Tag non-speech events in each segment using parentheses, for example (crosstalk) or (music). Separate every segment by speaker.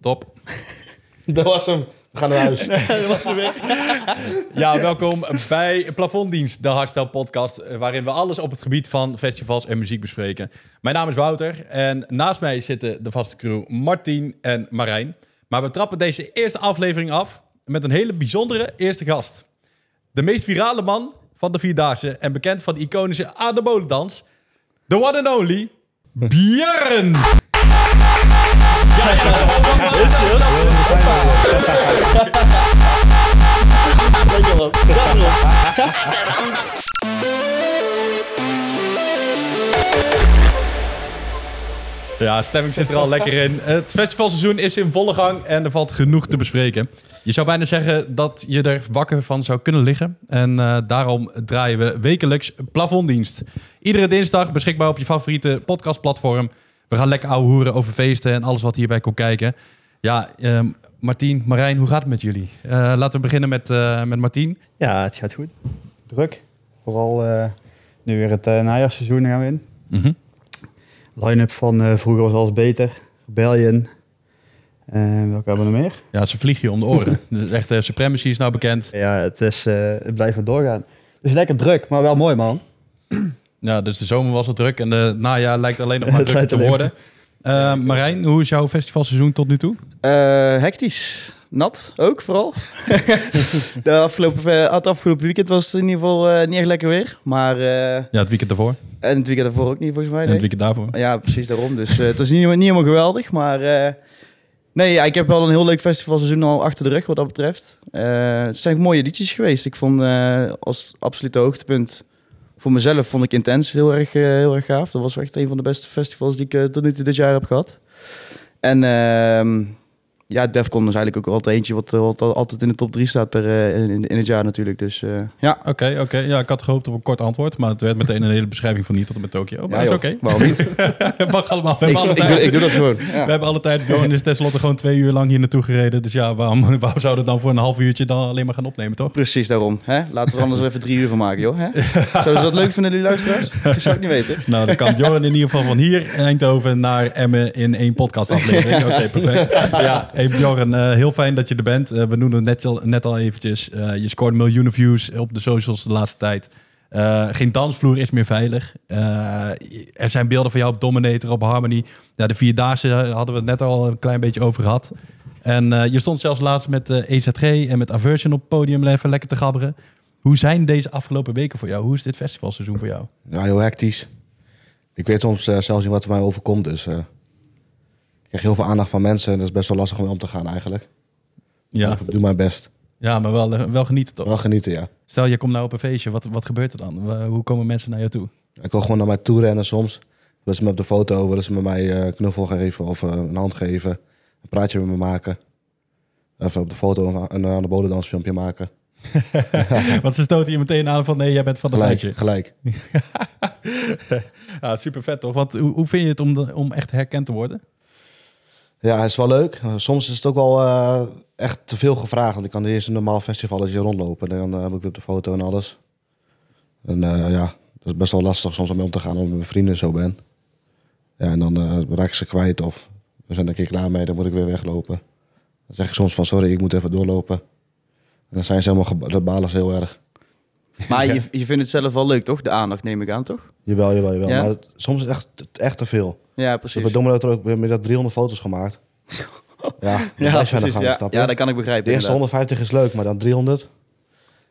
Speaker 1: Top.
Speaker 2: (laughs) Dat was hem. We gaan naar huis. (laughs)
Speaker 3: dat was de weg.
Speaker 1: Ja, welkom bij Plafonddienst, de Hardstyle Podcast, eh, waarin we alles op het gebied van festivals en muziek bespreken. Mijn naam is Wouter en naast mij zitten de vaste crew Martien en Marijn. Maar we trappen deze eerste aflevering af met een hele bijzondere eerste gast. De meest virale man van de Vierdaagse en bekend van de iconische Ademolendans, the one and only Björn.
Speaker 3: Weet je wel. Dat is erop.
Speaker 1: Ja, stemming zit er al lekker in. Eh, Het festivalseizoen is in volle gang en er valt genoeg te bespreken. Je zou bijna zeggen dat je er wakker van zou kunnen liggen. En eh, daarom draaien we wekelijks plafonddienst. Iedere dinsdag beschikbaar op je favoriete podcastplatform. We gaan lekker ouwehoeren over feesten en alles wat hierbij komt kijken. Ja, eh, Martien, Marijn, hoe gaat het met jullie? Eh, laten we beginnen met, eh, met Martien.
Speaker 4: Ja, het gaat goed. Druk. Vooral eh, nu weer het eh, najaarsseizoen gaan we in.
Speaker 1: Mhm.
Speaker 4: Line-up van eh, vroeger was alles beter. Rebellion. Eh, welke hebben we nog meer?
Speaker 1: Ja, ze vliegen je om de (laughs) oren. dus echt, eh, Supremacy is nou bekend.
Speaker 4: Ja, het, is, eh, het blijft maar doorgaan. Dus lekker druk, maar wel mooi man.
Speaker 1: Ja, dus de zomer was al druk en de najaar lijkt alleen
Speaker 4: (laughs)
Speaker 1: nog maar
Speaker 4: Het
Speaker 1: drukker te
Speaker 4: lijkt
Speaker 1: worden. Eh, Marijn, hoe is jouw festivalseizoen tot nu toe?
Speaker 3: Eh, hectisch. Nat ook vooral. (laughs) de afgelopen, eh, het afgelopen weekend was het in ieder geval eh, niet echt lekker weer. Maar, eh,
Speaker 1: Ja, het weekend daarvoor
Speaker 3: en het weekend daarvoor ook niet volgens mij.
Speaker 1: en het
Speaker 3: nee.
Speaker 1: weekend daarvoor.
Speaker 3: Ja, precies daarom. Dus eh, het is niet, niet helemaal geweldig. Maar eh, nee, ja, ik heb wel een heel leuk festivalseizoen al achter de rug wat dat betreft. Eh, het zijn mooie edities geweest. Ik vond eh, als absolute hoogtepunt voor mezelf vond ik Intens heel erg, eh, heel erg gaaf. Dat was echt een van de beste festivals die ik eh, tot nu toe dit jaar heb gehad. En ehm, ja, Defcon is eigenlijk ook altijd eentje wat, eh, wat al- altijd in de top 3 staat per, eh, in, in het jaar natuurlijk. Dus eh, ja.
Speaker 1: Oké, oké. Ja, ik had gehoopt op een kort antwoord, maar het werd meteen een hele beschrijving van niet tot en met Tokio. Maar
Speaker 3: Ja,
Speaker 1: dat
Speaker 3: joh,
Speaker 1: is oké.
Speaker 3: Waarom niet? ik,
Speaker 1: (laughs) Mag allemaal. We hebben alle
Speaker 3: ik,
Speaker 1: tijd.
Speaker 3: doe, ik doe dat gewoon. Ja.
Speaker 1: We hebben alle tijd. Bjorn is tenslotte gewoon twee uur lang hier naartoe gereden. Dus ja, waarom, waarom zouden we dan voor een half uurtje dan alleen maar gaan opnemen, toch?
Speaker 3: Precies daarom. Hè? Laten we er
Speaker 2: (laughs)
Speaker 3: anders even drie uur van maken, joh. Hè? Zouden ze dat leuk vinden, die luisteraars? Ik zou het niet weten.
Speaker 1: Nou, dan kan Bjorn in ieder geval van hier in Eindhoven naar Emmen in één podcast aflevering. Oké, perfect. Ja, hey Bjorn, eh, heel fijn dat je er bent. Eh, we noemden het net al, net al eventjes. Eh, je scoort miljoenen views op de socials de laatste tijd. Eh, geen dansvloer is meer veilig. Eh, er zijn beelden van jou op Dominator, op Harmony. Ja, de Vierdaagse eh, hadden we het net al een klein beetje over gehad. En eh, je stond zelfs laatst met eh, EZG en met Aversion op het podium even lekker te gabberen. Hoe zijn deze afgelopen weken voor jou? Hoe is dit festivalseizoen voor jou?
Speaker 2: Ja, heel hectisch. Ik weet soms eh, zelfs niet wat er mij overkomt. Dus eh, ik krijg heel veel aandacht van mensen. En dat is best wel lastig om mee om te gaan eigenlijk.
Speaker 1: Ja,
Speaker 2: Ik doe mijn best.
Speaker 1: Ja, maar wel, wel genieten toch?
Speaker 2: Wel genieten, ja.
Speaker 1: Stel, je komt nou op een feestje. Wat, wat gebeurt er dan? Wa- Hoe komen mensen naar jou toe?
Speaker 2: Ik wil gewoon naar mij toe rennen soms. Willen ze me op de foto, willen ze me mij eh, knuffel geven of eh, een hand geven. Een praatje met me maken. Even op de foto een, een aan de bodendansfilmpje maken.
Speaker 1: Want ze stoten je meteen aan van nee, jij bent van de
Speaker 2: Gelijk,
Speaker 1: lijstje.
Speaker 2: gelijk.
Speaker 1: Ja, super vet Ah, toch? Want hoe, hoe vind je het om, de- om echt herkend te worden?
Speaker 2: Ja, het is wel leuk. Eh, Soms is het ook wel eh, echt te veel gevraagd. Want ik kan eerst een normaal festivaletje rondlopen. En dan eh, heb ik weer op de foto en alles. En eh, ja, dat is best wel lastig soms om mee om te gaan omdat ik met mijn vrienden zo ben. Ja, en dan eh, raak ik ze kwijt of we zijn er een keer klaar mee, dan moet ik weer weglopen. Dan zeg ik soms van sorry, ik moet even doorlopen. En dan zijn ze helemaal, geba- dat balen ze heel erg.
Speaker 3: Maar je, je vindt het zelf wel leuk, toch? De aandacht neem ik aan, toch?
Speaker 2: Jawel, jawel, jawel.
Speaker 3: Ja?
Speaker 2: Maar het- soms is het echt, echt te veel.
Speaker 3: Ja,
Speaker 2: Ik heb bij
Speaker 3: precies.
Speaker 2: Domino er ook met dat 300 foto's gemaakt. Ja, dat
Speaker 3: (laughs) Ja,
Speaker 2: blijf je aan de
Speaker 3: precies,
Speaker 2: gang,
Speaker 3: ja,
Speaker 2: snap je?
Speaker 3: ja, dat kan ik begrijpen.
Speaker 2: De eerste
Speaker 3: inderdaad.
Speaker 2: 150 is leuk, maar dan 300.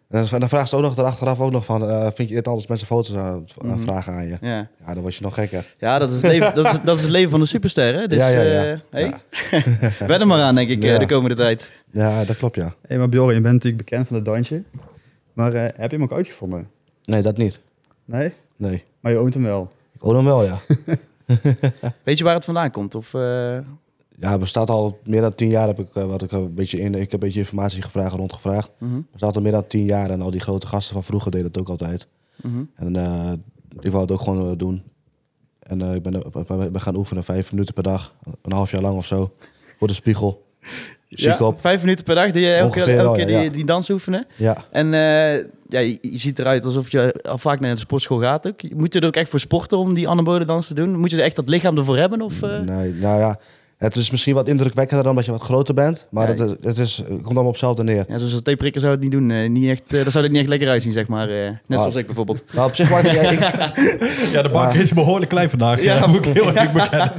Speaker 2: En dan- dan vraagt ze ook nog erachteraf ook nog van, eh, vind je het anders mensen foto's aan, aan
Speaker 3: Mhm.
Speaker 2: vragen aan je?
Speaker 3: Ja,
Speaker 2: Ja, dan word je nog gekker.
Speaker 3: ja dat, is het leven, dat, is, dat is het leven van een superster, hè? Dus,
Speaker 2: Ja, ja, ja.
Speaker 3: eh, hey. (laughs) Wen er maar aan, denk ik, eh,
Speaker 2: Ja.
Speaker 3: de komende tijd.
Speaker 2: Ja, dat klopt ja.
Speaker 4: Hé, maar Bjorn, je bent natuurlijk bekend van het dansje. Maar eh, heb je hem ook uitgevonden?
Speaker 2: Nee, dat niet.
Speaker 4: Nee?
Speaker 2: Nee.
Speaker 4: Maar je oont hem wel.
Speaker 2: Ik own hem wel, ja. (laughs)
Speaker 3: Weet je waar het vandaan komt? Of, eh,
Speaker 2: Ja, het bestaat al meer dan tien jaar heb ik eh, wat ik een beetje in. Ik heb een beetje informatie gevraagd en rondgevraagd.
Speaker 3: mhm,
Speaker 2: Het bestaat al meer dan tien jaar en al die grote gasten van vroeger deden het ook altijd.
Speaker 3: mhm.
Speaker 2: En eh, ik wou het ook gewoon eh, doen. En eh, ik ben, eh, ben gaan oefenen vijf minuten per dag, een half jaar lang of zo, voor de spiegel. Ziek
Speaker 3: Ja,
Speaker 2: op.
Speaker 3: Vijf minuten per dag doe je elke keer,
Speaker 2: Ongeveer wel,
Speaker 3: elke keer
Speaker 2: ja,
Speaker 3: die,
Speaker 2: ja.
Speaker 3: die dans oefenen.
Speaker 2: Ja.
Speaker 3: En eh, ja, je, je ziet eruit alsof je al vaak naar de sportschool gaat ook. Moet je er ook echt voor sporten om die anabole dans te doen? Moet je er echt dat lichaam ervoor hebben? Of, eh?
Speaker 2: Nee, nou ja, Het is misschien wat indrukwekkender dan omdat je wat groter bent. Maar
Speaker 3: Ja,
Speaker 2: het, het, is, het komt allemaal op hetzelfde neer.
Speaker 3: Ja, zoals een theeprikker zou het niet doen. eh, niet echt, eh, daar zou dit niet echt lekker uitzien, zeg maar. eh, net
Speaker 2: Ah.
Speaker 3: zoals ik bijvoorbeeld.
Speaker 2: Maar op zich maakt
Speaker 3: (laughs)
Speaker 2: het, ja, ik,
Speaker 1: Ja, de bank
Speaker 2: Ja.
Speaker 1: is behoorlijk klein vandaag.
Speaker 3: Ja.
Speaker 1: Ja, moet ik heel eerlijk bekennen.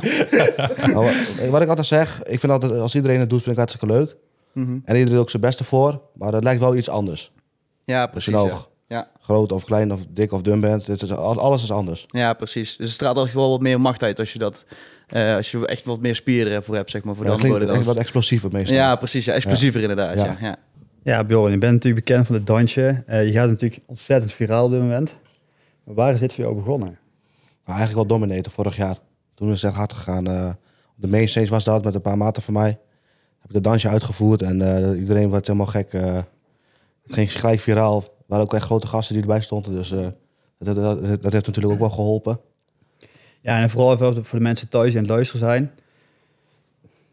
Speaker 2: nou, wat- wat ik altijd zeg, ik vind altijd, als iedereen het doet, vind ik hartstikke leuk.
Speaker 3: Mhm.
Speaker 2: En iedereen doet ook zijn beste voor. Maar het lijkt wel iets anders.
Speaker 3: Ja,
Speaker 2: Als
Speaker 3: precies.
Speaker 2: je nou
Speaker 3: Ja. Ja.
Speaker 2: groot of klein of dik of dun bent, dit is, al- alles is anders.
Speaker 3: ja, precies. Dus het straalt eigenlijk wel wat meer macht uit als je dat... eh, als je echt wat meer spieren voor hebt, zeg maar, voor de
Speaker 2: Ja, het klinkt
Speaker 3: handbolen.
Speaker 2: echt
Speaker 3: dan
Speaker 2: wat
Speaker 3: is-
Speaker 2: explosiever meestal.
Speaker 3: Ja, precies. Ja, explosiever inderdaad. Ja.
Speaker 2: Ja.
Speaker 3: Ja.
Speaker 4: Ja, Bjorn, je bent natuurlijk bekend van het dansje. Eh, je gaat natuurlijk ontzettend viraal op dit moment. Maar waar is dit voor jou begonnen?
Speaker 2: Maar eigenlijk wel Dominator vorig jaar. Toen is het echt hard gegaan. eh, op de mainstage was dat met een paar maten van mij. Heb ik de dansje uitgevoerd en eh, iedereen werd helemaal gek. eh. het ging gelijk viraal. Er waren ook echt grote gasten die erbij stonden. Dus eh, dat, dat, dat- dat heeft natuurlijk ook wel geholpen.
Speaker 4: Ja, en vooral even voor de mensen thuis die aan het luisteren zijn.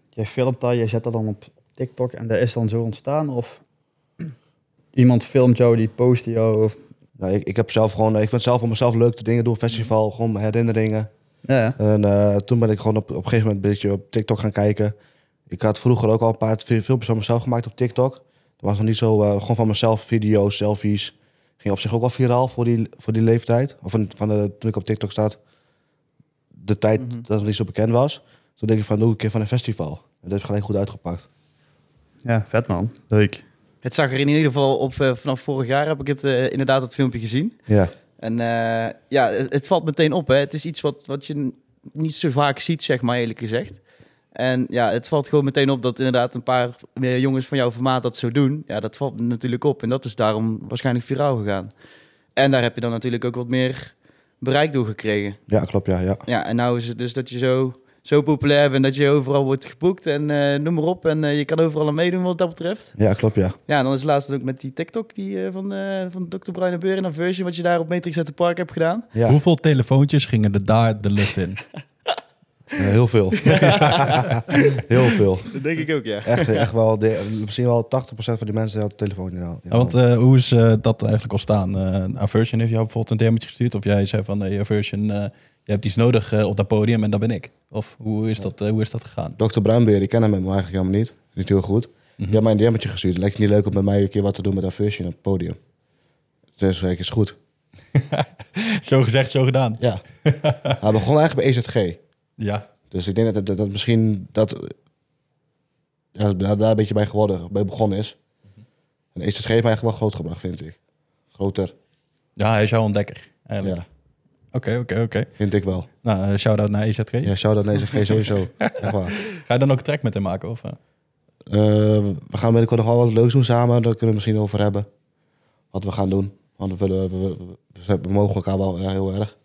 Speaker 4: Jij filmt dat, jij zet dat dan op TikTok en dat is dan zo ontstaan? Of (clears throat) iemand filmt jou, die post jou? Of...
Speaker 2: Nou, ik, ik, heb zelf gewoon, ik vind het zelf om mezelf leuke dingen doen. Festival, gewoon herinneringen.
Speaker 4: Ja, ja.
Speaker 2: En eh, toen ben ik gewoon op, op een gegeven moment een beetje op TikTok gaan kijken. Ik had vroeger ook al een paar fil- filmpjes van mezelf gemaakt op TikTok. Dat was nog niet zo, eh, gewoon van mezelf, video's, selfies. Ging op zich ook al viraal voor die, voor die leeftijd. Of van, van de, toen ik op TikTok zat, de tijd
Speaker 3: Mhm.
Speaker 2: dat het niet zo bekend was. Toen denk ik van, doe ik een keer van een festival. En dat heeft gelijk goed uitgepakt.
Speaker 4: ja, vet man. Leuk.
Speaker 3: Het zag er in ieder geval op... eh, vanaf vorig jaar heb ik het eh, inderdaad dat filmpje gezien.
Speaker 2: Ja,
Speaker 3: En eh, ja, het, het valt meteen op. Hè. Het is iets wat, wat je n- niet zo vaak ziet, zeg maar eerlijk gezegd. En ja, het valt gewoon meteen op dat inderdaad een paar eh, jongens van jouw formaat dat zo doen. Ja, dat valt natuurlijk op. En dat is daarom waarschijnlijk viraal gegaan. En daar heb je dan natuurlijk ook wat meer bereik door gekregen.
Speaker 2: ja klopt, ja. ja.
Speaker 3: Ja, en nou is het dus dat je zo, zo populair bent dat je overal wordt geboekt en eh, noem maar op. En eh, je kan overal aan meedoen wat dat betreft.
Speaker 2: Ja, klopt, ja.
Speaker 3: Ja, en dan is het laatst ook met die TikTok die, eh, van, eh, van Dr. Bruine Beuren en Version, wat je daar op Matrix uit de Park hebt gedaan.
Speaker 2: ja.
Speaker 1: Hoeveel telefoontjes gingen er daar de lucht in?
Speaker 2: Eh, heel veel. heel veel.
Speaker 3: Dat denk ik ook, ja.
Speaker 2: Echt, echt wel, de- misschien wel 80% van die mensen had de telefoon in de hand.
Speaker 1: Ja, want eh, hoe is eh, dat eigenlijk ontstaan? Eh Aversion heeft jou bijvoorbeeld een DM'tje gestuurd? Of jij zei van, hey, Aversion, eh, je hebt iets nodig eh, op dat podium en dat ben ik. Of hoe is dat, eh, hoe is dat gegaan?
Speaker 2: Dr. Bruinbeer, die kennen hem eigenlijk helemaal niet. Niet heel goed. Die had mij een DM'tje gestuurd. Het lijkt het niet leuk om met mij een keer wat te doen met Aversion op het podium. Dus ik is goed.
Speaker 1: Zo gezegd, zo gedaan.
Speaker 2: Ja. Hij begon eigenlijk bij EZG.
Speaker 1: Ja.
Speaker 2: Dus ik denk dat, dat, dat misschien dat, ja, daar, daar een beetje bij geworden, bij begonnen is. En EZG heeft mij eigenlijk wel groot gebracht, vind ik. Groter,
Speaker 1: Ja, hij is jouw ontdekker. eigenlijk.
Speaker 2: ja.
Speaker 1: Oké, oké, oké.
Speaker 2: Vind ik wel.
Speaker 1: Nou, eh, shout-out naar EZG.
Speaker 2: Ja, shout-out naar EZG sowieso. Echt waar.
Speaker 1: Ga je dan ook een track met hem maken? Of, eh?
Speaker 2: Eh, we gaan binnenkort nog wel wat leuks doen samen. Daar kunnen we het misschien over hebben. Wat we gaan doen. Want we, willen, we, we- we- we mogen elkaar wel eh, heel erg.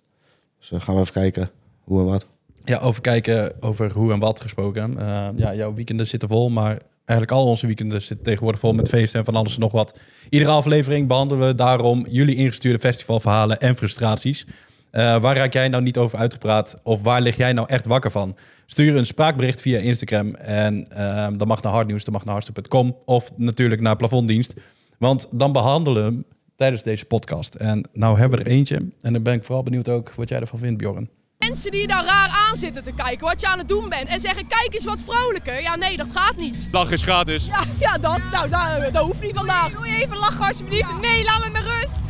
Speaker 2: Dus eh, gaan we even kijken hoe en wat.
Speaker 1: Ja, over kijken, over hoe en wat gesproken. Eh, ja, jouw weekenden zitten vol, maar eigenlijk al onze weekenden zitten tegenwoordig vol met feesten en van alles en nog wat. Iedere aflevering behandelen we daarom jullie ingestuurde festivalverhalen en frustraties. Eh, waar raak jij nou niet over uitgepraat of waar lig jij nou echt wakker van? Stuur een spraakbericht via Instagram en ehm dat mag naar hardnieuws, dat mag naar hardste.com of natuurlijk naar plafonddienst. Want dan behandelen we hem tijdens deze podcast. En nou hebben we er eentje en dan ben ik vooral benieuwd ook wat jij ervan vindt, Bjorn.
Speaker 5: Mensen die je daar raar aan zitten te kijken, wat je aan het doen bent. En zeggen, kijk eens wat vrolijker. Ja, nee, dat gaat niet.
Speaker 6: Lach is gratis.
Speaker 5: Ja, ja dat, nou, dat, dat hoeft niet vandaag. Doe je even lachen alsjeblieft. Nee, laat me met rust.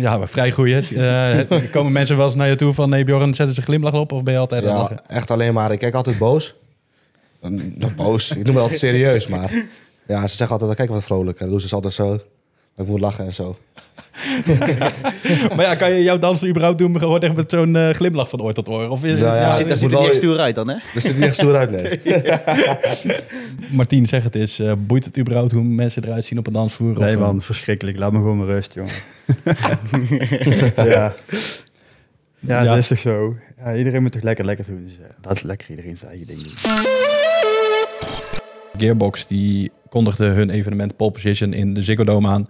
Speaker 1: Ja, maar vrij goeie. Eh, komen mensen wel eens naar je toe van... nee Bjorn, zetten ze een glimlach op of ben je altijd aan het lachen?
Speaker 2: Ja, echt alleen maar. Ik kijk altijd boos. Mm, Nog boos. (laughs) Ik noem het altijd serieus, maar... Ja, ze zeggen altijd, kijk wat vrolijk. En dan doen ze dus altijd zo. Ik moet lachen en zo.
Speaker 1: Maar ja, kan je jouw dansen überhaupt doen... gewoon echt met zo'n eh, glimlach van oor tot oor? Of, is-
Speaker 2: Ja, ja.
Speaker 1: ja,
Speaker 2: Zit-
Speaker 3: Daar
Speaker 2: moet
Speaker 1: is-
Speaker 3: ziet er
Speaker 2: wel-
Speaker 3: niet echt stoer uit dan, hè?
Speaker 2: Dus zit niet echt stoer uit, (laughs) nee.
Speaker 1: Martien, zeg het eens. eh, boeit het überhaupt hoe mensen eruit zien op een dansvloer?
Speaker 4: Nee
Speaker 1: of, eh,
Speaker 4: man, verschrikkelijk. Laat me gewoon maar rust, (laughs) jongen. ja. ja,
Speaker 1: Ja.
Speaker 4: dat is toch zo. Ja, iedereen moet toch lekker lekker doen. Dus, eh, dat is lekker iedereen zijn eigen ding doen.
Speaker 1: Gearbox die kondigde hun evenement Pole Position in de Ziggo Dome aan.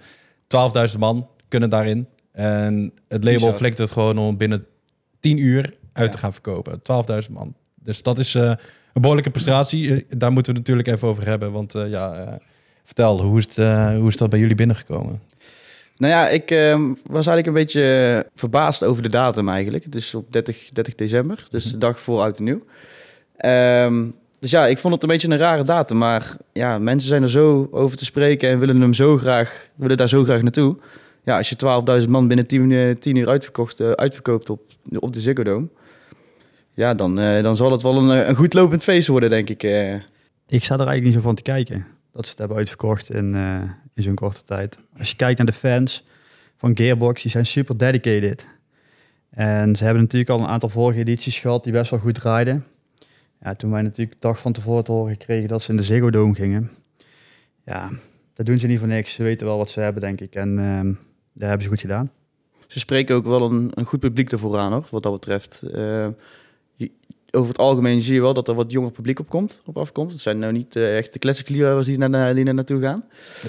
Speaker 1: 12.000 man kunnen daarin. En het label
Speaker 3: Bizar.
Speaker 1: flikt het gewoon om binnen 10 uur uit te
Speaker 3: Ja.
Speaker 1: gaan verkopen. 12.000 man. Dus dat is eh, een behoorlijke prestatie. Eh, daar moeten we het natuurlijk even over hebben. Want eh, ja, eh, vertel, hoe is, het, eh, hoe is dat bij jullie binnengekomen?
Speaker 3: Nou ja, ik ehm, was eigenlijk een beetje eh, verbaasd over de datum eigenlijk. Het is op 30, 30 december, dus de dag voor Oud en Nieuw. Ehm, Dus ja, ik vond het een beetje een rare datum. Maar ja, mensen zijn er zo over te spreken en willen hem zo graag, willen daar zo graag naartoe. Ja, als je 12.000 man binnen 10, eh, 10 uur uitverkocht, eh, uitverkoopt op, op de Ziggo Dome. Ja, dan, eh, dan zal het wel een, eh, een goed lopend feest worden, denk ik. eh.
Speaker 4: Ik sta er eigenlijk niet zo van te kijken. Dat ze het hebben uitverkocht in, eh, in zo'n korte tijd. Als je kijkt naar de fans van Gearbox, die zijn super dedicated. En ze hebben natuurlijk al een aantal vorige edities gehad die best wel goed draaiden. Ja, toen wij natuurlijk de dag van tevoren te horen kregen dat ze in de Ziggo Dome gingen. Ja, dat doen ze niet voor niks. Ze weten wel wat ze hebben, denk ik. En ehm daar hebben ze goed gedaan.
Speaker 3: Ze spreken ook wel een, een goed publiek ervoor aan, hoor, wat dat betreft. Eh, je- over het algemeen zie je wel dat er wat jonger publiek op, komt, op afkomt. Het zijn nou niet eh, echt de classic liefhebbers die naar, die naar naartoe gaan,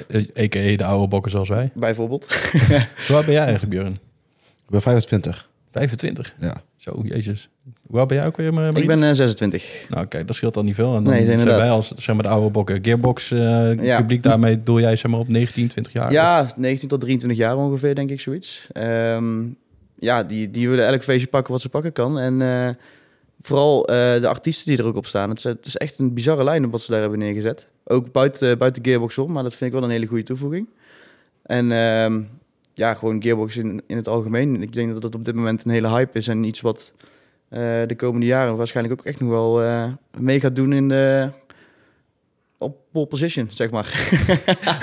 Speaker 1: Eh, A.k.a. de oude bokken zoals wij.
Speaker 3: bijvoorbeeld.
Speaker 1: Hoe oud ben jij eigenlijk, Björn?
Speaker 2: Ik ben 25.
Speaker 1: 25?
Speaker 2: Ja.
Speaker 1: Zo, jezus. Hoe oud ben jij ook weer, Marien?
Speaker 3: Ik ben eh, 26.
Speaker 1: Nou, kijk, dat scheelt al niet veel. En dan
Speaker 3: Nee,
Speaker 1: zijn
Speaker 3: inderdaad.
Speaker 1: wij als zeg maar, de oude bokken. Gearbox eh,
Speaker 3: Ja.
Speaker 1: publiek, daarmee doel jij zeg maar, op 19, 20
Speaker 3: Ah,
Speaker 1: jaar? of-
Speaker 3: Ja, 19 tot 23 jaar ongeveer, denk ik, zoiets. Ehm, ja, die, die willen elk feestje pakken wat ze pakken kan. En eh, vooral eh, de artiesten die er ook op staan. Het is, het is echt een bizarre lijn op wat ze daar hebben neergezet. Ook buiten, eh, buiten Gearbox om, maar dat vind ik wel een hele goede toevoeging. En ehm, ja, gewoon Gearbox in, in het algemeen. Ik denk dat dat op dit moment een hele hype is en iets wat eh, de komende jaren waarschijnlijk ook echt nog wel eh, mee gaat doen in de... Op pole position, zeg maar.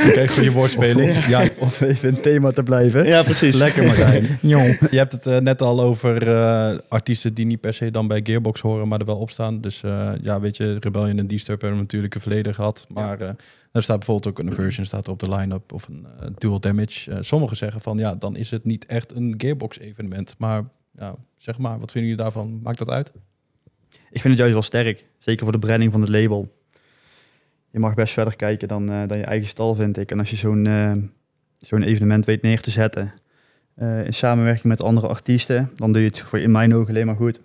Speaker 1: Oké,
Speaker 3: (laughs)
Speaker 1: goede woordspeling. Ja,
Speaker 4: Of even in het thema te blijven.
Speaker 3: Ja, precies.
Speaker 4: Lekker
Speaker 3: (laughs)
Speaker 4: Martijn.
Speaker 1: Je hebt het eh, net al over eh, artiesten die niet per se dan bij Gearbox horen, maar er wel op staan. Dus eh, ja, weet je, Rebellion en Disturb hebben natuurlijk een verleden gehad. Maar eh er staat bijvoorbeeld ook een version staat er op de line-up of een eh, dual damage. Eh, sommigen zeggen van ja, dan is het niet echt een Gearbox-evenement. Maar ja, zeg maar, wat vinden jullie daarvan? Maakt dat uit?
Speaker 4: Ik vind het juist wel sterk. Zeker voor de branding van het label. Je mag best verder kijken dan, eh, dan je eigen stal, vind ik. En als je zo'n eh, zo'n evenement weet neer te zetten... eh, in samenwerking met andere artiesten... dan doe je het voor in mijn ogen alleen maar goed.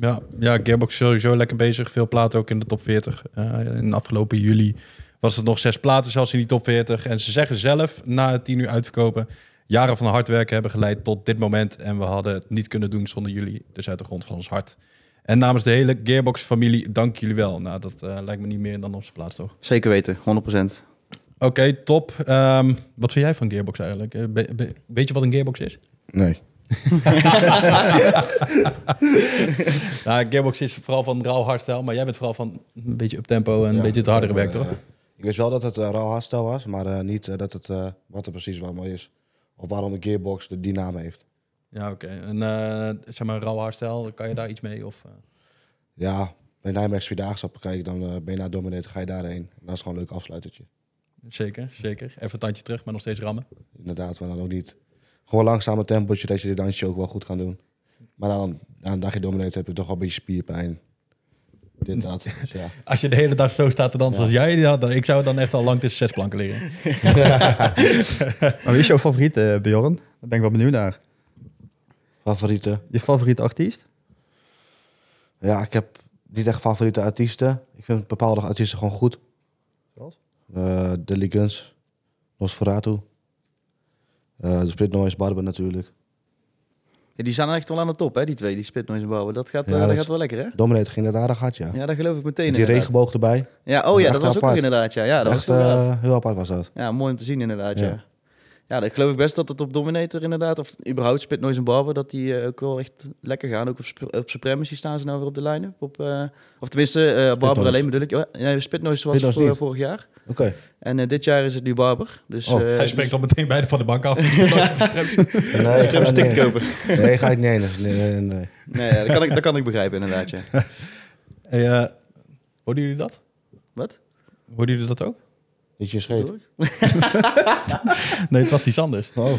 Speaker 1: Ja, ja, Gearbox is sowieso lekker bezig. Veel platen ook in de top 40. Eh, in afgelopen juli was het nog zes platen zelfs in die top 40. En ze zeggen zelf, na het 10 uur uitverkopen... jaren van hard werken hebben geleid tot dit moment. En we hadden het niet kunnen doen zonder jullie. Dus uit de grond van ons hart. En namens de hele Gearbox-familie, dank jullie wel. Nou, dat eh, lijkt me niet meer dan op zijn plaats, toch?
Speaker 3: Zeker weten, 100%.
Speaker 1: Oké, top. Ehm, wat vind jij van Gearbox eigenlijk? Eh, be- be- weet je wat een Gearbox is?
Speaker 2: Nee.
Speaker 1: Nou, Gearbox is vooral van rauw hardstyle. Maar jij bent vooral van een beetje uptempo en een beetje het hardere werk,
Speaker 2: Eh,
Speaker 1: toch?
Speaker 2: Ik wist wel dat het uh, raw hardstyle was, maar eh, niet eh, dat het, eh, wat er precies wel mooi is. Of waarom de Gearbox de die naam heeft.
Speaker 1: Ja, oké. En eh, zeg maar, rauw haarstijl, kan je daar iets mee? Of, eh?
Speaker 2: Ja, bij Nijmeeg's Vierdaagse op kijken, dan eh, ben je naar Dominator, ga je daarheen. En dat is gewoon een leuk afsluitertje.
Speaker 1: Zeker, zeker. Even een tandje terug, maar nog steeds rammen.
Speaker 2: Inderdaad, maar dan ook niet. Gewoon langzaam een tempotje, dat je dit dansje ook wel goed kan doen. Maar dan, na een dagje Dominator heb je toch wel een beetje spierpijn. Dit, (laughs) dat. Dus ja.
Speaker 1: Als je de hele dag zo staat te dansen als jij, ja, dan, ik zou dan echt al lang tussen zes planken liggen.
Speaker 4: Maar wie is jouw favoriet, eh, Bjorn? Daar ben ik wel benieuwd naar.
Speaker 2: Favorieten?
Speaker 4: Je favoriete artiest?
Speaker 2: Ja, ik heb niet echt favoriete artiesten. Ik vind bepaalde artiesten gewoon goed.
Speaker 4: Zoals?
Speaker 2: Eh Dilly Guns, Nosferatu. Eh de Split Noise, Barber natuurlijk.
Speaker 3: Ja, die staan echt wel aan de top, hè, die twee, die Spitnoise en Bouwen. Dat gaat,
Speaker 2: Ja,
Speaker 3: eh, dat
Speaker 2: dat is-
Speaker 3: gaat wel lekker, hè?
Speaker 2: Dominator ging dat aardig hard, ja.
Speaker 3: Ja, dat geloof ik meteen.
Speaker 2: Met die
Speaker 3: inderdaad.
Speaker 2: regenboog erbij.
Speaker 3: Ja, oh
Speaker 2: is
Speaker 3: ja, dat
Speaker 2: echt
Speaker 3: was ook
Speaker 2: apart.
Speaker 3: inderdaad, ja. ja dat
Speaker 2: echt
Speaker 3: was wel gaaf.
Speaker 2: eh, heel apart was dat.
Speaker 3: Ja, mooi om te zien inderdaad, ja.
Speaker 2: Ja.
Speaker 3: ja. dat geloof ik best dat het op Dominator inderdaad, of überhaupt Spitnoise en Barber, dat die eh, ook wel echt lekker gaan. Ook op, Sp- op Supremacy staan ze nou weer op de line Op, eh, of tenminste, eh Barber
Speaker 2: Spitnoise.
Speaker 3: alleen bedoel ik. Ja, nee, Spitnoise was
Speaker 2: Spitnoise
Speaker 3: voor-
Speaker 2: niet.
Speaker 3: vorig jaar.
Speaker 2: Oké.
Speaker 3: En eh, dit jaar is het nu Barber. Dus,
Speaker 2: Oh,
Speaker 3: eh,
Speaker 1: (laughs) Hij
Speaker 3: dus-
Speaker 1: springt
Speaker 3: (laughs)
Speaker 1: al meteen beide van de bank af.
Speaker 2: (laughs) Nee, ik ga
Speaker 3: Een
Speaker 2: daar
Speaker 3: stick
Speaker 2: niet
Speaker 3: te
Speaker 2: heen.
Speaker 3: kopen.
Speaker 2: Nee, ga ik niet heen. Dat is- Nee, nee, nee.
Speaker 3: Nee, ja, dat, kan ik, dat kan ik begrijpen inderdaad, ja.
Speaker 1: (laughs) hey, eh, hoorden jullie dat?
Speaker 3: Wat?
Speaker 1: Hoorden jullie dat ook?
Speaker 2: Niet je scheet.
Speaker 1: Nee, het was iets anders.
Speaker 2: Oh.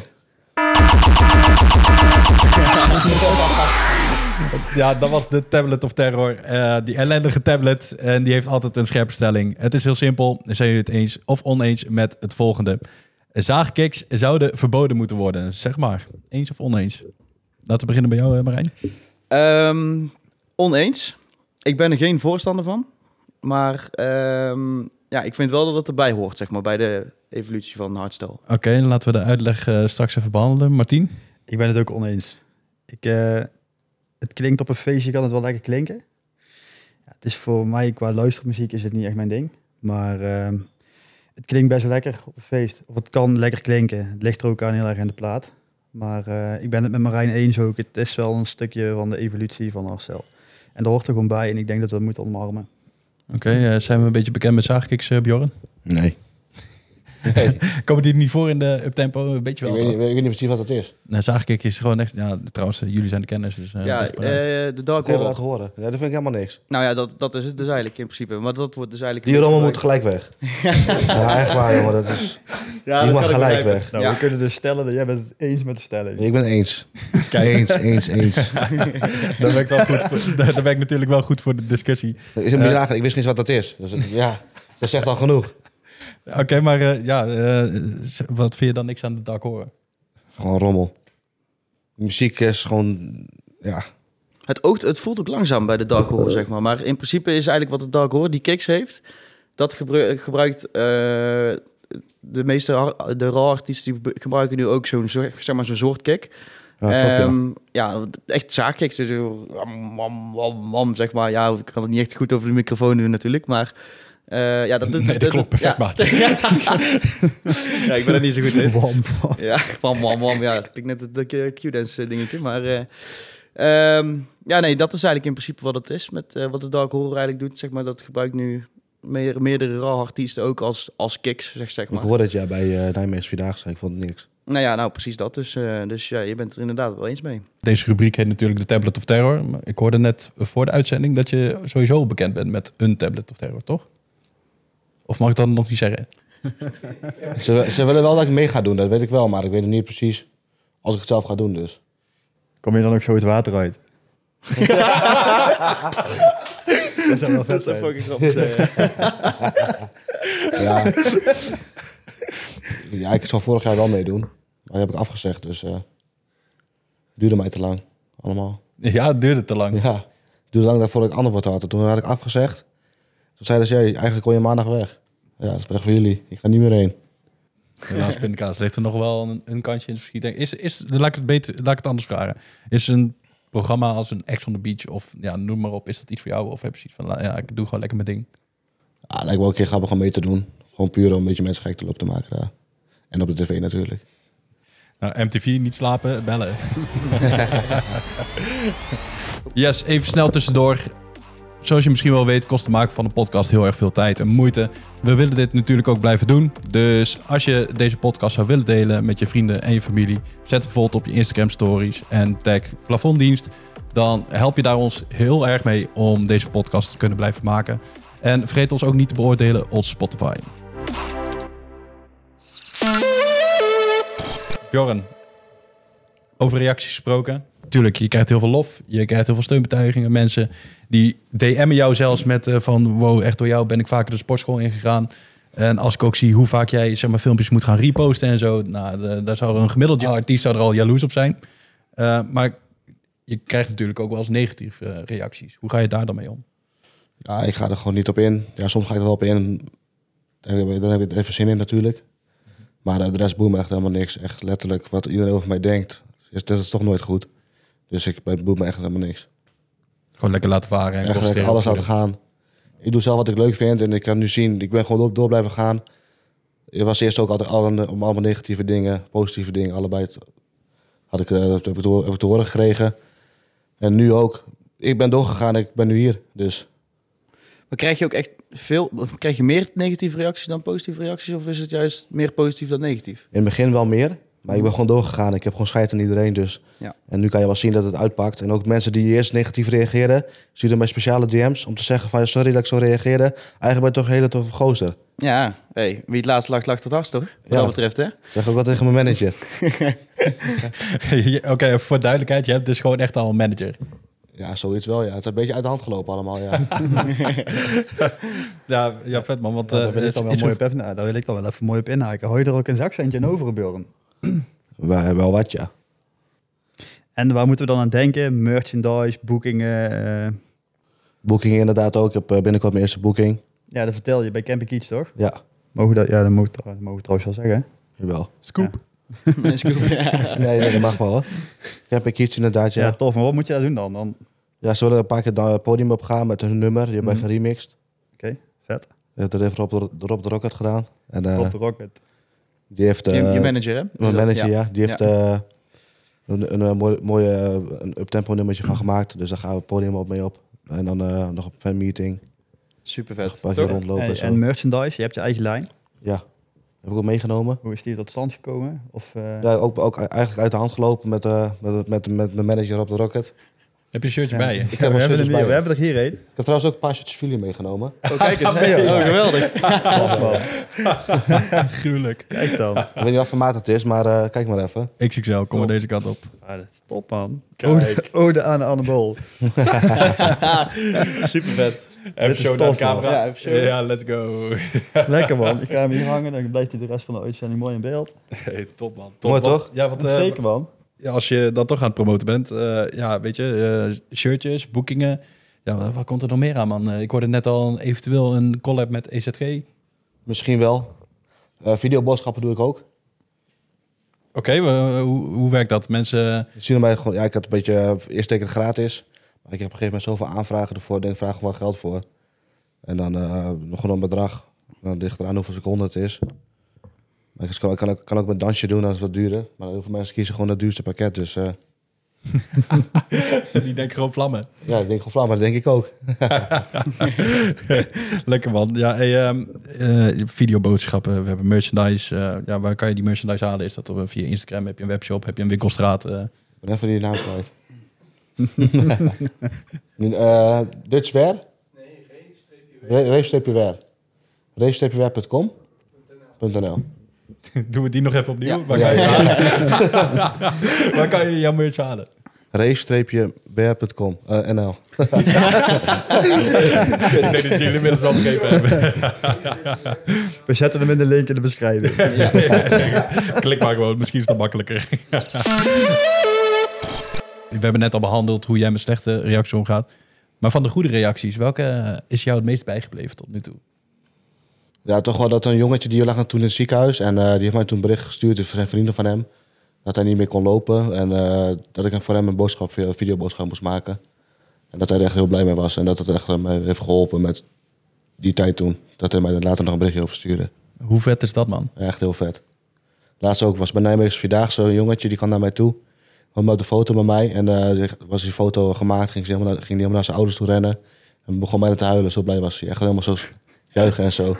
Speaker 1: Ja, dat was de tablet of terror. Eh, die ellendige tablet. En die heeft altijd een scherpe stelling. Het is heel simpel. Zijn jullie het eens of oneens met het volgende? Zaagkicks zouden verboden moeten worden. Zeg maar, eens of oneens? Laten we beginnen bij jou, eh, Marijn.
Speaker 3: Ehm, oneens. Ik ben er geen voorstander van. Maar ehm, ja, ik vind wel dat het erbij hoort, zeg maar, bij de evolutie van hardstyle.
Speaker 1: Oké, laten we de uitleg eh, straks even behandelen. Martien?
Speaker 4: Ik ben het ook oneens. Ik, eh, het klinkt op een feestje, kan het wel lekker klinken. Ja, Het is voor mij, qua luistermuziek is het niet echt mijn ding. Maar ehm, het klinkt best wel lekker op een feest. Of het kan lekker klinken. Het ligt er ook aan heel erg aan de plaat. Maar eh, ik ben het met Marijn eens ook. Het is wel een stukje van de evolutie van Arcel. En daar hoort er gewoon bij. En ik denk dat we dat moeten omarmen.
Speaker 1: Oké, eh, zijn we een beetje bekend met zaagkiks, eh, Bjorn?
Speaker 2: Nee.
Speaker 1: Komen die niet voor in de uptempo? Een beetje
Speaker 2: Ik
Speaker 1: wel.
Speaker 2: weet,
Speaker 1: toch?
Speaker 2: niet- ik weet niet precies wat dat is.
Speaker 1: Nou, zaagkik is gewoon echt... Ja, trouwens, eh, jullie zijn de kennis, dus... eh,
Speaker 3: ja,
Speaker 1: het is paraat.
Speaker 3: eh, de Dark
Speaker 2: Ik heb laten
Speaker 3: Horror.
Speaker 2: horen. Ja, dat vind ik helemaal niks.
Speaker 3: Nou ja, dat, dat is het dus eigenlijk in principe. Maar dat wordt dus eigenlijk...
Speaker 2: Die rommel moet gelijk weg. ja, echt waar, jongen. Dat is...
Speaker 4: Ja,
Speaker 2: die mag gelijk weg.
Speaker 4: Nou,
Speaker 3: Ja.
Speaker 4: we kunnen dus stellen dat jij bent het eens met de stelling.
Speaker 2: Ik ben eens. Eens, eens, (laughs) eens.
Speaker 1: Daar ben, ik wel goed voor, (laughs) daar daar ben ik natuurlijk wel goed voor de discussie.
Speaker 2: Er is een milagre. Ik wist niet eens wat dat is. Dus het- ja, dat zegt al genoeg.
Speaker 1: Oké, maar eh, ja, eh, z- wat vind je dan niks aan de dak horen?
Speaker 2: Gewoon rommel. Muziek is gewoon... Ja,
Speaker 3: Het, oogt, het voelt ook langzaam bij de Dark Horror, zeg maar. Maar in principe is eigenlijk wat de Dark Horror, die kicks heeft... Dat gebru- gebruikt... eh, de meeste har- de raw artiesten die be- gebruiken nu ook zo'n zo- zeg maar, zo'n soort kick.
Speaker 2: ja, klopt, ja.
Speaker 3: Ehm, ja, echt zaakkicks. Dus zo wam, wam, wam, wam, zeg maar. Ja, ik kan het niet echt goed over de microfoon doen natuurlijk, maar... eh,
Speaker 1: (laughs)
Speaker 3: ja, dat,
Speaker 1: Nee, dat klopt perfect,
Speaker 3: (laughs) ja.
Speaker 1: maat.
Speaker 3: ja, ik ben er niet zo goed in.
Speaker 4: Wam, wam.
Speaker 3: Ja, wam, wam, wam. Ja, het klinkt net het eh, Q-dance eh, dingetje. Maar eh, ehm, ja, nee, dat is eigenlijk in principe wat het is. Met eh, wat de Dark Horror eigenlijk doet, zeg maar. Dat gebruikt nu meer, meerdere raw artiesten ook als, als kicks, zeg, zeg
Speaker 2: Ik
Speaker 3: maar.
Speaker 2: hoorde het ja bij eh Nijmeegse Vierdaagse. Ik vond het niks.
Speaker 3: Nou ja, nou precies dat. Dus, eh, dus ja, je bent het er inderdaad wel eens mee.
Speaker 1: Deze rubriek heet natuurlijk de Tablet of Terror. Maar ik hoorde net voor de uitzending dat je sowieso bekend bent met een Tablet of Terror, toch? Of mag ik dat nog niet zeggen?
Speaker 2: Ze, ze willen wel dat ik mee ga doen, dat weet ik wel. Maar ik weet niet precies als ik het zelf ga doen dus.
Speaker 4: Kom je dan ook zo het water (laughs) uit? dat zou wel vet zijn.
Speaker 3: grappig
Speaker 2: Ja, ja ik zou vorig jaar wel meedoen. Maar die heb ik afgezegd, dus... eh duurde mij te lang, allemaal.
Speaker 1: Ja, het duurde te lang.
Speaker 2: Ja, het duurde lang voordat ik antwoord had. En Toen had ik afgezegd. Toen zeiden ze, ja, eigenlijk kon je maandag weg. Ja, dat is echt voor jullie. Ik ga niet meer heen.
Speaker 1: Helaas, pindakaas ligt er nog wel een, een kansje in het verschiet. Is, is, laat, ik het beter, laat ik het anders vragen. Is een programma als een Ex on the Beach of ja, noem maar op, is dat iets voor jou? Of heb je zoiets van, la- ja, ik doe gewoon lekker mijn ding.
Speaker 2: Ah, lijkt me wel een keer grappig om mee te doen. Gewoon puur om een beetje mensen gek te lopen te maken daar. En op de tv natuurlijk.
Speaker 1: Nou, MTV, niet slapen, bellen. (laughs) yes, even snel tussendoor. Zoals je misschien wel weet, kost het maken van een podcast heel erg veel tijd en moeite. We willen dit natuurlijk ook blijven doen. Dus als je deze podcast zou willen delen met je vrienden en je familie, zet het bijvoorbeeld op je Instagram stories en tag plafonddienst. Dan help je daar ons heel erg mee om deze podcast te kunnen blijven maken. En vergeet ons ook niet te beoordelen op Spotify. Bjorn, over reacties gesproken. Tuurlijk, je krijgt heel veel lof. Je krijgt heel veel steunbetuigingen. Mensen die DM'en jou zelfs met eh, van... wow, echt door jou ben ik vaker de sportschool ingegaan. En als ik ook zie hoe vaak jij zeg maar, filmpjes moet gaan reposten en zo... Nou, de- daar zou een gemiddeld artiest zou er al jaloers op zijn. Eh, maar je krijgt natuurlijk ook wel eens negatieve eh, reacties. Hoe ga je daar dan mee om?
Speaker 2: Ja, ik ga er gewoon niet op in. Ja, soms ga ik er wel op in. Dan heb je, dan heb je er even zin in natuurlijk. Maar eh, de rest boeit me echt helemaal niks. Echt letterlijk wat iedereen over mij denkt. Is, dat is toch nooit goed. Dus ik, het boeit me echt helemaal niks.
Speaker 1: Gewoon lekker laten varen en
Speaker 2: Echt lekker
Speaker 1: concentreren
Speaker 2: alles
Speaker 1: op (laughs)
Speaker 2: laten gaan. Ik doe zelf wat ik leuk vind. En ik kan nu zien, ik ben gewoon door, door blijven gaan. Het was eerst ook altijd alle, om allemaal negatieve dingen, positieve dingen. Allebei het- had ik, eh, dat heb, ik te, horen- heb ik te horen gekregen. En nu ook. Ik ben doorgegaan en ik ben nu hier. Dus...
Speaker 3: Maar krijg je ook echt veel, of krijg je meer negatieve reacties dan positieve reacties? Of is het juist meer positief dan negatief?
Speaker 2: In het begin wel meer, maar ik ben gewoon doorgegaan. Ik heb gewoon scheid aan iedereen dus.
Speaker 3: Ja.
Speaker 2: En nu kan je wel zien dat het uitpakt. En ook mensen die eerst negatief reageren, sturen mij speciale DM's om te zeggen van... sorry dat ik zo reageerde, eigenlijk ben je toch een hele toffe gozer.
Speaker 3: Ja, hey, wie het laatst lacht, lacht het hardst, toch? Wat
Speaker 2: Ja.
Speaker 3: dat betreft, hè?
Speaker 2: Dat zeg ik ook wel tegen mijn manager.
Speaker 1: Oké, voor duidelijkheid, je hebt dus gewoon echt al een manager.
Speaker 2: Ja, zoiets wel ja. Het is een beetje uit de hand gelopen allemaal ja.
Speaker 1: Ja, ja vet man. Want,
Speaker 4: Ja,
Speaker 1: eh,
Speaker 4: daar, wil ik
Speaker 1: is-
Speaker 4: dan wel
Speaker 1: is er-
Speaker 4: mooi op even, nou, daar wil ik dan wel even mooi op inhaken. Hou je er ook een zakcentje aan over, Björn?
Speaker 2: (laughs) Wel- wel wat ja.
Speaker 4: En waar moeten we dan aan denken? Merchandise, boekingen. eh,
Speaker 2: Boeking inderdaad ook. Ik heb eh, binnenkort mijn eerste boeking.
Speaker 4: ja, dat vertel je bij Camping Kids, toch?
Speaker 2: Ja,
Speaker 4: Mogen we dat, ja, dat mogen, we trouw- dat mogen we trouwens wel zeggen.
Speaker 2: (laughs) wel.
Speaker 1: Scoop.
Speaker 3: Is goed. Ja.
Speaker 2: Nee, nee, dat mag wel hoor. Ik heb een keertje inderdaad
Speaker 4: Ja.
Speaker 2: ja.
Speaker 4: tof. Maar wat moet je daar doen dan? dan
Speaker 2: Ja, ze willen een paar keer da- het podium opgaan met hun nummer. Die hebben wij
Speaker 1: Mhm.
Speaker 2: geremixed.
Speaker 4: Oké, vet.
Speaker 2: Dat heeft Rob, de- Rob de Rocket gedaan. En eh,
Speaker 4: Op de Rocket.
Speaker 2: die heeft...
Speaker 3: Je,
Speaker 2: eh,
Speaker 3: je manager, hè?
Speaker 2: Mijn manager, ja. Die
Speaker 3: Ja.
Speaker 2: heeft eh, een, een, eh, mooi, mooie eh, een uptempo nummertje van gemaakt. Dus daar gaan we het podium op mee op. En dan eh, nog een fanmeeting.
Speaker 3: Super
Speaker 2: Een
Speaker 3: vet.
Speaker 2: paar keer
Speaker 4: Toch?
Speaker 2: rondlopen en
Speaker 4: Hey,
Speaker 2: zo.
Speaker 4: en merchandise, je hebt je eigen lijn.
Speaker 2: Ja. Heb ik ook meegenomen.
Speaker 4: Hoe is die tot stand gekomen? Of, eh,
Speaker 2: Ja, ook, ook eigenlijk uit de hand gelopen met, eh, met, met, met mijn manager op de Rocket.
Speaker 1: Heb je een shirtje
Speaker 4: Ja.
Speaker 1: bij je?
Speaker 2: Ik
Speaker 4: we,
Speaker 2: nog
Speaker 4: hebben hem
Speaker 2: shirtjes bij
Speaker 4: hier, we
Speaker 2: me.
Speaker 4: hebben er hier een.
Speaker 2: Ik heb trouwens ook een paar shirtjes van jullie meegenomen.
Speaker 3: Oh,
Speaker 2: (laughs)
Speaker 3: kijk eens.
Speaker 4: ben je.
Speaker 3: Oh, geweldig.
Speaker 4: Tof, man.
Speaker 1: Gruwelijk.
Speaker 4: Kijk dan.
Speaker 2: Ik weet niet wat voor maat het is, maar eh, kijk maar even.
Speaker 1: XXL, kom maar deze kant op.
Speaker 4: Ah, dat is top, man. Ode, ode aan de Annabol.
Speaker 3: Super vet.
Speaker 1: Even
Speaker 4: is tof, man.
Speaker 3: Ja, even show.
Speaker 1: Ja, let's go.
Speaker 4: Lekker, man. Ik ga hem hier hangen, dan blijft hij de rest van de uitzending mooi in beeld.
Speaker 1: Hey, top man. Top,
Speaker 2: Mooi,
Speaker 1: man.
Speaker 2: toch?
Speaker 1: Ja, want, eh,
Speaker 4: Zeker, man.
Speaker 1: ja, als je dan toch aan het promoten bent, eh, ja, weet je, eh, shirtjes, boekingen. Ja, wat, wat komt er nog meer aan, man? Eh, ik hoorde net al een- eventueel een collab met E EZG. Oké,
Speaker 2: Misschien wel. Eh, videoboodschappen doe ik ook.
Speaker 1: we- eh, hoe, hoe werkt dat? Mensen...
Speaker 2: Zien we mij gewoon, ja, ik had een beetje, eh, eerst deed ik het gratis. Maar ik heb op een gegeven moment zoveel aanvragen ervoor. Ik Denk, vraag gewoon geld voor. En dan eh, nog gewoon een bedrag. Dan ligt eraan hoeveel seconden het is. Maar ik kan, ik kan, ook, kan ook met dansje doen als het wat duurder. Maar heel veel mensen kiezen gewoon het duurste pakket. Dus eh,
Speaker 1: (laughs) Die denken gewoon vlammen.
Speaker 2: ja, ik denk gewoon flauw, maar dat denk ik ook.
Speaker 1: Lekker man. Ja, hey, ehm, eh, videoboodschappen, we hebben merchandise. Eh, ja, waar kan je die merchandise halen? Is dat op, eh, via Instagram? Heb je een webshop? Heb je een winkelstraat? Eh,
Speaker 2: Ik ben even die naam kwijt. (laughs) Eh Dutch Wear? Nee, reef-wear. Reef-wear.com? .nl.
Speaker 1: (laughs) doen we die nog even opnieuw?
Speaker 3: Ja.
Speaker 1: Waar, kan je (laughs) waar kan je jouw merch halen?
Speaker 2: Reef-wear.com. eh, NL.
Speaker 1: Ik denk dat jullie inmiddels wel begrepen hebben. (laughs)
Speaker 4: We zetten hem in de link in de beschrijving. (laughs)
Speaker 1: Klik maar gewoon, misschien is dat makkelijker. (laughs) We hebben net al behandeld hoe jij met slechte reacties omgaat. Maar van de goede reacties, welke eh, is jou het meest bijgebleven tot nu toe?
Speaker 2: Ja, toch wel dat een jongetje die lag toen in het ziekenhuis. En eh, die heeft mij toen een bericht gestuurd dus zijn vrienden van hem. Dat hij niet meer kon lopen. En eh, dat ik hem voor hem een boodschap, een videoboodschap moest maken. En dat hij er echt heel blij mee was. En dat het echt eh, mij heeft geholpen met die tijd toen. Dat hij mij er later nog een berichtje over stuurde.
Speaker 1: Hoe vet is dat, man?
Speaker 2: Ja, echt heel vet. Laatst ook was bij Nijmeegse Vierdaagse een jongetje die kwam naar mij toe. Kwam op de foto bij mij. En eh, die- was die foto gemaakt. Ging hij helemaal, naar- ging die helemaal naar zijn ouders toe rennen. En begon bijna te huilen. Zo blij was hij. Echt helemaal zo juichen en zo. Dat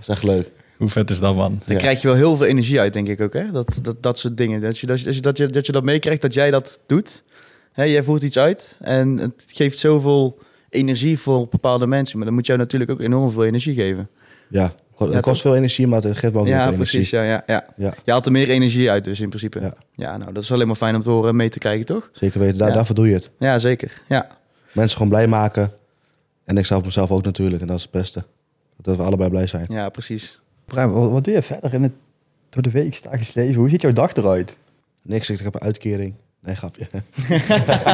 Speaker 2: is echt leuk.
Speaker 1: Hoe vet is dat, man?
Speaker 3: Daar
Speaker 2: Ja.
Speaker 3: krijg je wel heel veel energie uit, denk ik ook. Hè? Dat, dat, dat soort dingen. Dat je dat, je- dat, je, dat, je, dat je dat meekrijgt, dat jij dat doet. Hè, jij voert iets uit en het geeft zoveel energie voor bepaalde mensen. Maar dat moet jou natuurlijk ook enorm veel energie geven.
Speaker 2: Ja, het ko- het
Speaker 3: Ja,
Speaker 2: kost veel energie, maar het geeft me ook heel
Speaker 3: ja,
Speaker 2: veel energie.
Speaker 3: precies. Ja, ja, ja.
Speaker 2: Ja,
Speaker 3: Je haalt er meer energie uit dus in principe.
Speaker 2: Ja.
Speaker 3: Ja. nou dat is alleen maar fijn om te horen en mee te krijgen, toch?
Speaker 2: zeker weten. Daar,
Speaker 3: Ja.
Speaker 2: Daarvoor doe je het.
Speaker 3: Ja, zeker. Ja,
Speaker 2: Mensen gewoon blij maken. En ik zelf mezelf ook natuurlijk. En dat is het beste. Dat we allebei blij zijn.
Speaker 3: ja precies.
Speaker 4: Brian, wat, wat doe je verder in het door de week dagelijks leven? Hoe ziet jouw dag eruit?
Speaker 2: Niks, ik heb een uitkering. Nee, grapje. (laughs)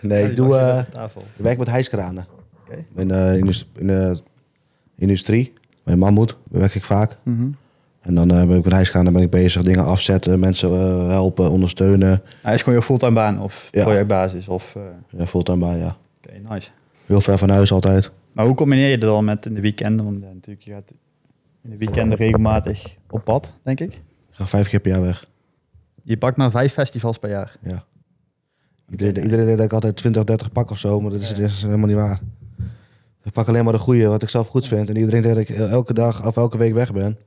Speaker 2: nee, ik
Speaker 4: Ja,
Speaker 2: doe...
Speaker 4: je
Speaker 2: eh,
Speaker 4: zit op tafel.
Speaker 2: ik werk met hijskranen.
Speaker 4: Oké.
Speaker 2: In de indus- in de industrie. Mijn man moet. Daar werk ik vaak.
Speaker 3: Mhm.
Speaker 2: En dan eh, ben ik met hijskranen ben ik bezig. Dingen afzetten. Mensen eh, helpen, ondersteunen.
Speaker 4: Hij is gewoon je fulltime baan of
Speaker 2: Ja.
Speaker 4: projectbasis. Of, eh, Oké,
Speaker 2: Ja, fulltime baan, ja.
Speaker 4: nice.
Speaker 2: Heel ver van huis altijd.
Speaker 4: Maar hoe combineer je dat dan met in de weekenden? Want ja, natuurlijk, je gaat in de weekenden regelmatig op pad, denk ik.
Speaker 2: Ik ga vijf keer per jaar weg.
Speaker 4: Je pakt maar vijf festivals per jaar.
Speaker 2: Ja. Iedereen, iedereen denkt dat ik altijd 20, 30 pak of zo, maar dat is, dat is helemaal niet waar. Ik pak alleen maar de goede, wat ik zelf goed vind. En iedereen denkt dat ik eh, elke dag of elke week weg ben.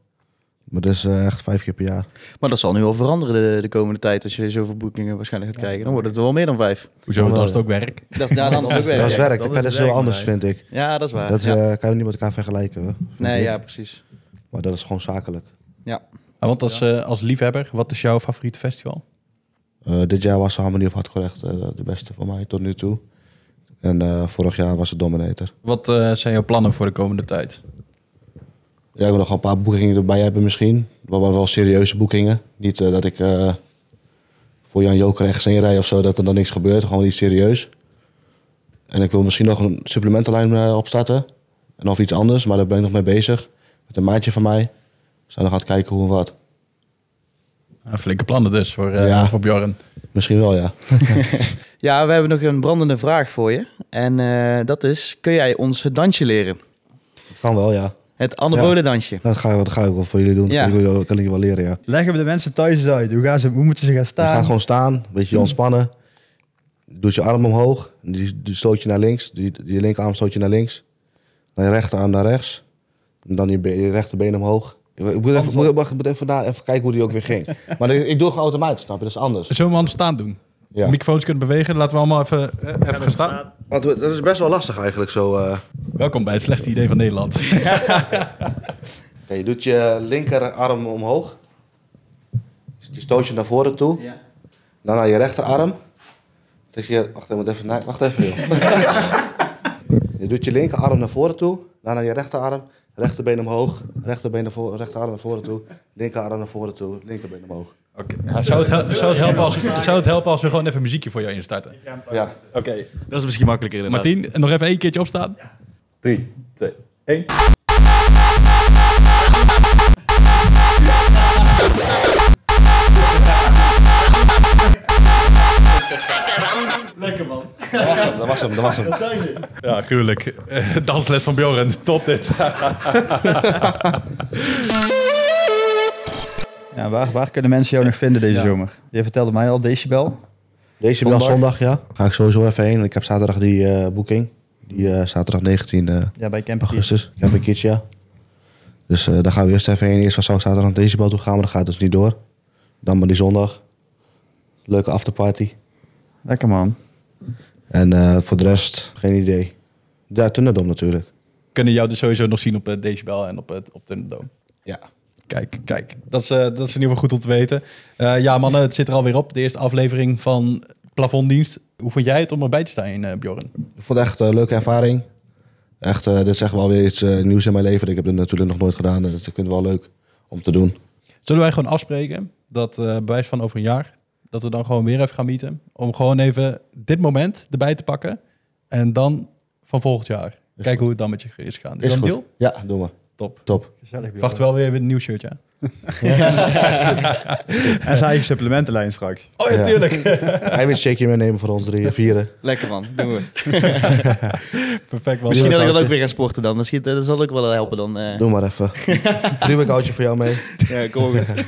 Speaker 2: Maar dat is eh, echt vijf keer per jaar.
Speaker 3: Maar dat zal nu al veranderen de, de komende tijd als je zoveel boekingen waarschijnlijk gaat krijgen. Dan wordt het er wel meer dan vijf.
Speaker 1: Hoezo, dat is het ook werk.
Speaker 3: Dat is daar dan
Speaker 2: (laughs)
Speaker 3: ook
Speaker 2: dat is
Speaker 3: weer.
Speaker 2: werk, dat,
Speaker 4: dat
Speaker 2: kan-
Speaker 4: is
Speaker 2: dat is heel
Speaker 4: werk,
Speaker 2: anders,
Speaker 4: maar- Ah,
Speaker 2: vind ik.
Speaker 3: Ja, dat is waar.
Speaker 2: Dat
Speaker 3: ja.
Speaker 2: eh, kan je niet met elkaar vergelijken. hoor, vind
Speaker 3: nee,
Speaker 2: ik.
Speaker 3: ja, precies.
Speaker 2: Maar dat is gewoon zakelijk.
Speaker 1: Ah, want als, eh, als liefhebber, wat is jouw favoriete festival?
Speaker 2: Eh, dit jaar was Harmony of Hardcore echt eh, de beste voor mij tot nu toe. En eh, vorig jaar was het Dominator.
Speaker 1: Wat eh, zijn jouw plannen voor de komende tijd?
Speaker 2: Ja, ik wil nog wel een paar boekingen erbij hebben misschien. Maar wel, wel serieuze boekingen. Niet eh, dat ik eh, voor Jan Joker ergens heen rij of zo, dat er dan niks gebeurt. Gewoon iets serieus. En ik wil misschien nog een supplementenlijn eh, opstarten. En of iets anders, maar daar ben ik nog mee bezig. Met een maatje van mij. We zijn nog aan het kijken hoe en wat.
Speaker 1: Oké, Nou, flinke plannen dus voor, eh,
Speaker 2: Ja.
Speaker 1: voor Bjorn.
Speaker 2: Misschien wel, ja.
Speaker 3: Ja, we hebben nog een brandende vraag voor je. En eh, dat is, kun jij ons het dansje leren?
Speaker 2: Kan wel, ja. Nou,
Speaker 3: Het anabole dansje.
Speaker 2: Dat ga, dat ga ik wel voor jullie doen.
Speaker 3: Ja.
Speaker 2: Dat kan ik wel- kan ik je wel leren, ja.
Speaker 4: Leggen we de mensen thuis eens uit. Hoe, gaan ze, hoe moeten ze gaan
Speaker 2: Je
Speaker 4: staan?
Speaker 2: gaat gewoon staan, een beetje ontspannen. Doet je arm omhoog, die, die stoot je naar links. Die, die linkerarm stoot je naar links. Dan je rechterarm naar rechts. En dan je, be- je rechterbeen omhoog. Ik moet even, moet, wacht, ik moet even, na- even kijken hoe die ook weer ging. Maar ik, ik doe gewoon automatisch, snap je? Dat is anders.
Speaker 1: Zullen we hem anders staan doen?
Speaker 2: Ja.
Speaker 1: Microfoons kunnen bewegen. Laten we allemaal even, eh, even gaan staan.
Speaker 2: Want we- dat is best wel lastig eigenlijk zo. eh.
Speaker 1: Welkom bij het slechtste idee van Nederland.
Speaker 2: Oké, je doet je linkerarm omhoog. Die stoot je naar voren toe. Dan naar je rechterarm. Dat je, wacht, ik moet even, na- wacht even. joh. je doet je linkerarm naar voren toe. Dan naar je rechterarm. Rechterbeen omhoog. Rechterbeen naar voren, rechterarm naar voren toe. Linkerarm naar voren toe. Linkerbeen omhoog.
Speaker 1: Ja, zou, het hel- zou, het helpen als, zou het helpen als we gewoon even muziekje voor jou instarten?
Speaker 2: Ja.
Speaker 1: Oké.
Speaker 6: Dat is misschien makkelijker inderdaad.
Speaker 1: Martien, nog even één keertje opstaan.
Speaker 6: Drie, twee, één.
Speaker 2: Dat was hem, dat was hem.
Speaker 1: Ja, gruwelijk. Eh, Dansles van Bjorn, top dit.
Speaker 4: Ja, waar, waar kunnen mensen jou nog vinden deze
Speaker 1: Ja.
Speaker 4: zomer? Je vertelde mij al, Decibel.
Speaker 2: Deze zondag. zondag, ja. Ga ik sowieso even heen. Ik heb zaterdag die eh, boeking. Die eh, zaterdag 19 eh,
Speaker 4: Ja, bij Camp Kids.
Speaker 2: augustus. Ik heb een kids, ja. Dus eh, daar gaan we eerst even heen. Eerst zou ik zaterdag naar Decibel toe gaan, maar dat gaat dus niet door. Dan maar die zondag. Leuke afterparty.
Speaker 4: Lekker man.
Speaker 2: En eh, voor de rest, geen idee. Ja, Thunderdome natuurlijk.
Speaker 1: Kunnen jou dus sowieso nog zien op eh, Decibel en op, het op Thunderdome.
Speaker 2: Ja.
Speaker 1: Kijk, kijk. Dat is, eh, dat is in ieder geval goed om te weten. Eh, ja, mannen, het zit er alweer op. De eerste aflevering van Plafonddienst. Hoe vond jij het om erbij te staan, eh Bjorn?
Speaker 2: Ik vond het echt een leuke ervaring. Echt, eh, dit is echt wel weer iets eh, nieuws in mijn leven. Ik heb dit natuurlijk nog nooit gedaan. Dus ik vind het wel leuk om te doen.
Speaker 1: Zullen wij gewoon afspreken dat eh bij wijze van over een jaar... dat we dan gewoon weer even gaan meeten... om gewoon even dit moment erbij te pakken... en dan van volgend jaar. Kijken hoe het dan met je is gegaan. Is, dat een deal?
Speaker 2: Ja, doen we.
Speaker 1: Top.
Speaker 2: Top.
Speaker 4: Gezellig, Bjorn.
Speaker 1: Wacht wel weer een nieuw shirtje aan.
Speaker 4: En zijn eigen supplementenlijn straks.
Speaker 1: Oh ja,
Speaker 2: Ja.
Speaker 1: tuurlijk.
Speaker 2: Hij wil een shakeje meenemen voor ons drieën, vieren.
Speaker 3: Lekker man, doen
Speaker 2: (laughs)
Speaker 3: we. (laughs)
Speaker 1: Perfect man.
Speaker 3: Misschien dat ik
Speaker 2: foutje.
Speaker 3: dat ook weer ga sporten dan. Dat, schiet, dat zal ook wel helpen dan. eh.
Speaker 2: Doe maar (laughs) even. Rubikoutje voor jou mee.
Speaker 3: Ja, kom maar goed.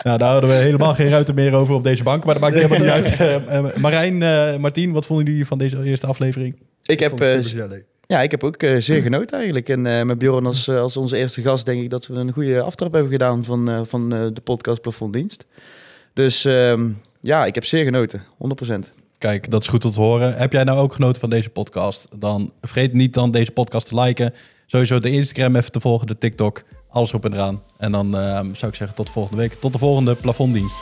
Speaker 1: (laughs) Nou, daar hadden we helemaal geen ruimte meer over op deze bank, maar dat maakt helemaal niet (laughs) uit. Eh, eh, Marijn, eh Martien, wat vonden jullie van deze eerste aflevering?
Speaker 3: Ik heb, eh, z-
Speaker 4: Gezellig.
Speaker 3: ja, ik heb ook eh, zeer genoten eigenlijk. En eh, met Bjorn als, eh, als onze eerste gast denk ik dat we een goede aftrap hebben gedaan van, eh, van eh, de podcast Plafonddienst. Dus ehm, ja, ik heb zeer genoten. 100%.
Speaker 1: Kijk, dat is goed om te horen. Heb jij nou ook genoten van deze podcast? Dan vergeet niet dan deze podcast te liken. Sowieso de Instagram even te volgen, de TikTok, alles op en eraan. En ehm, dan eh, zou ik zeggen tot volgende week. Tot de volgende plafonddienst.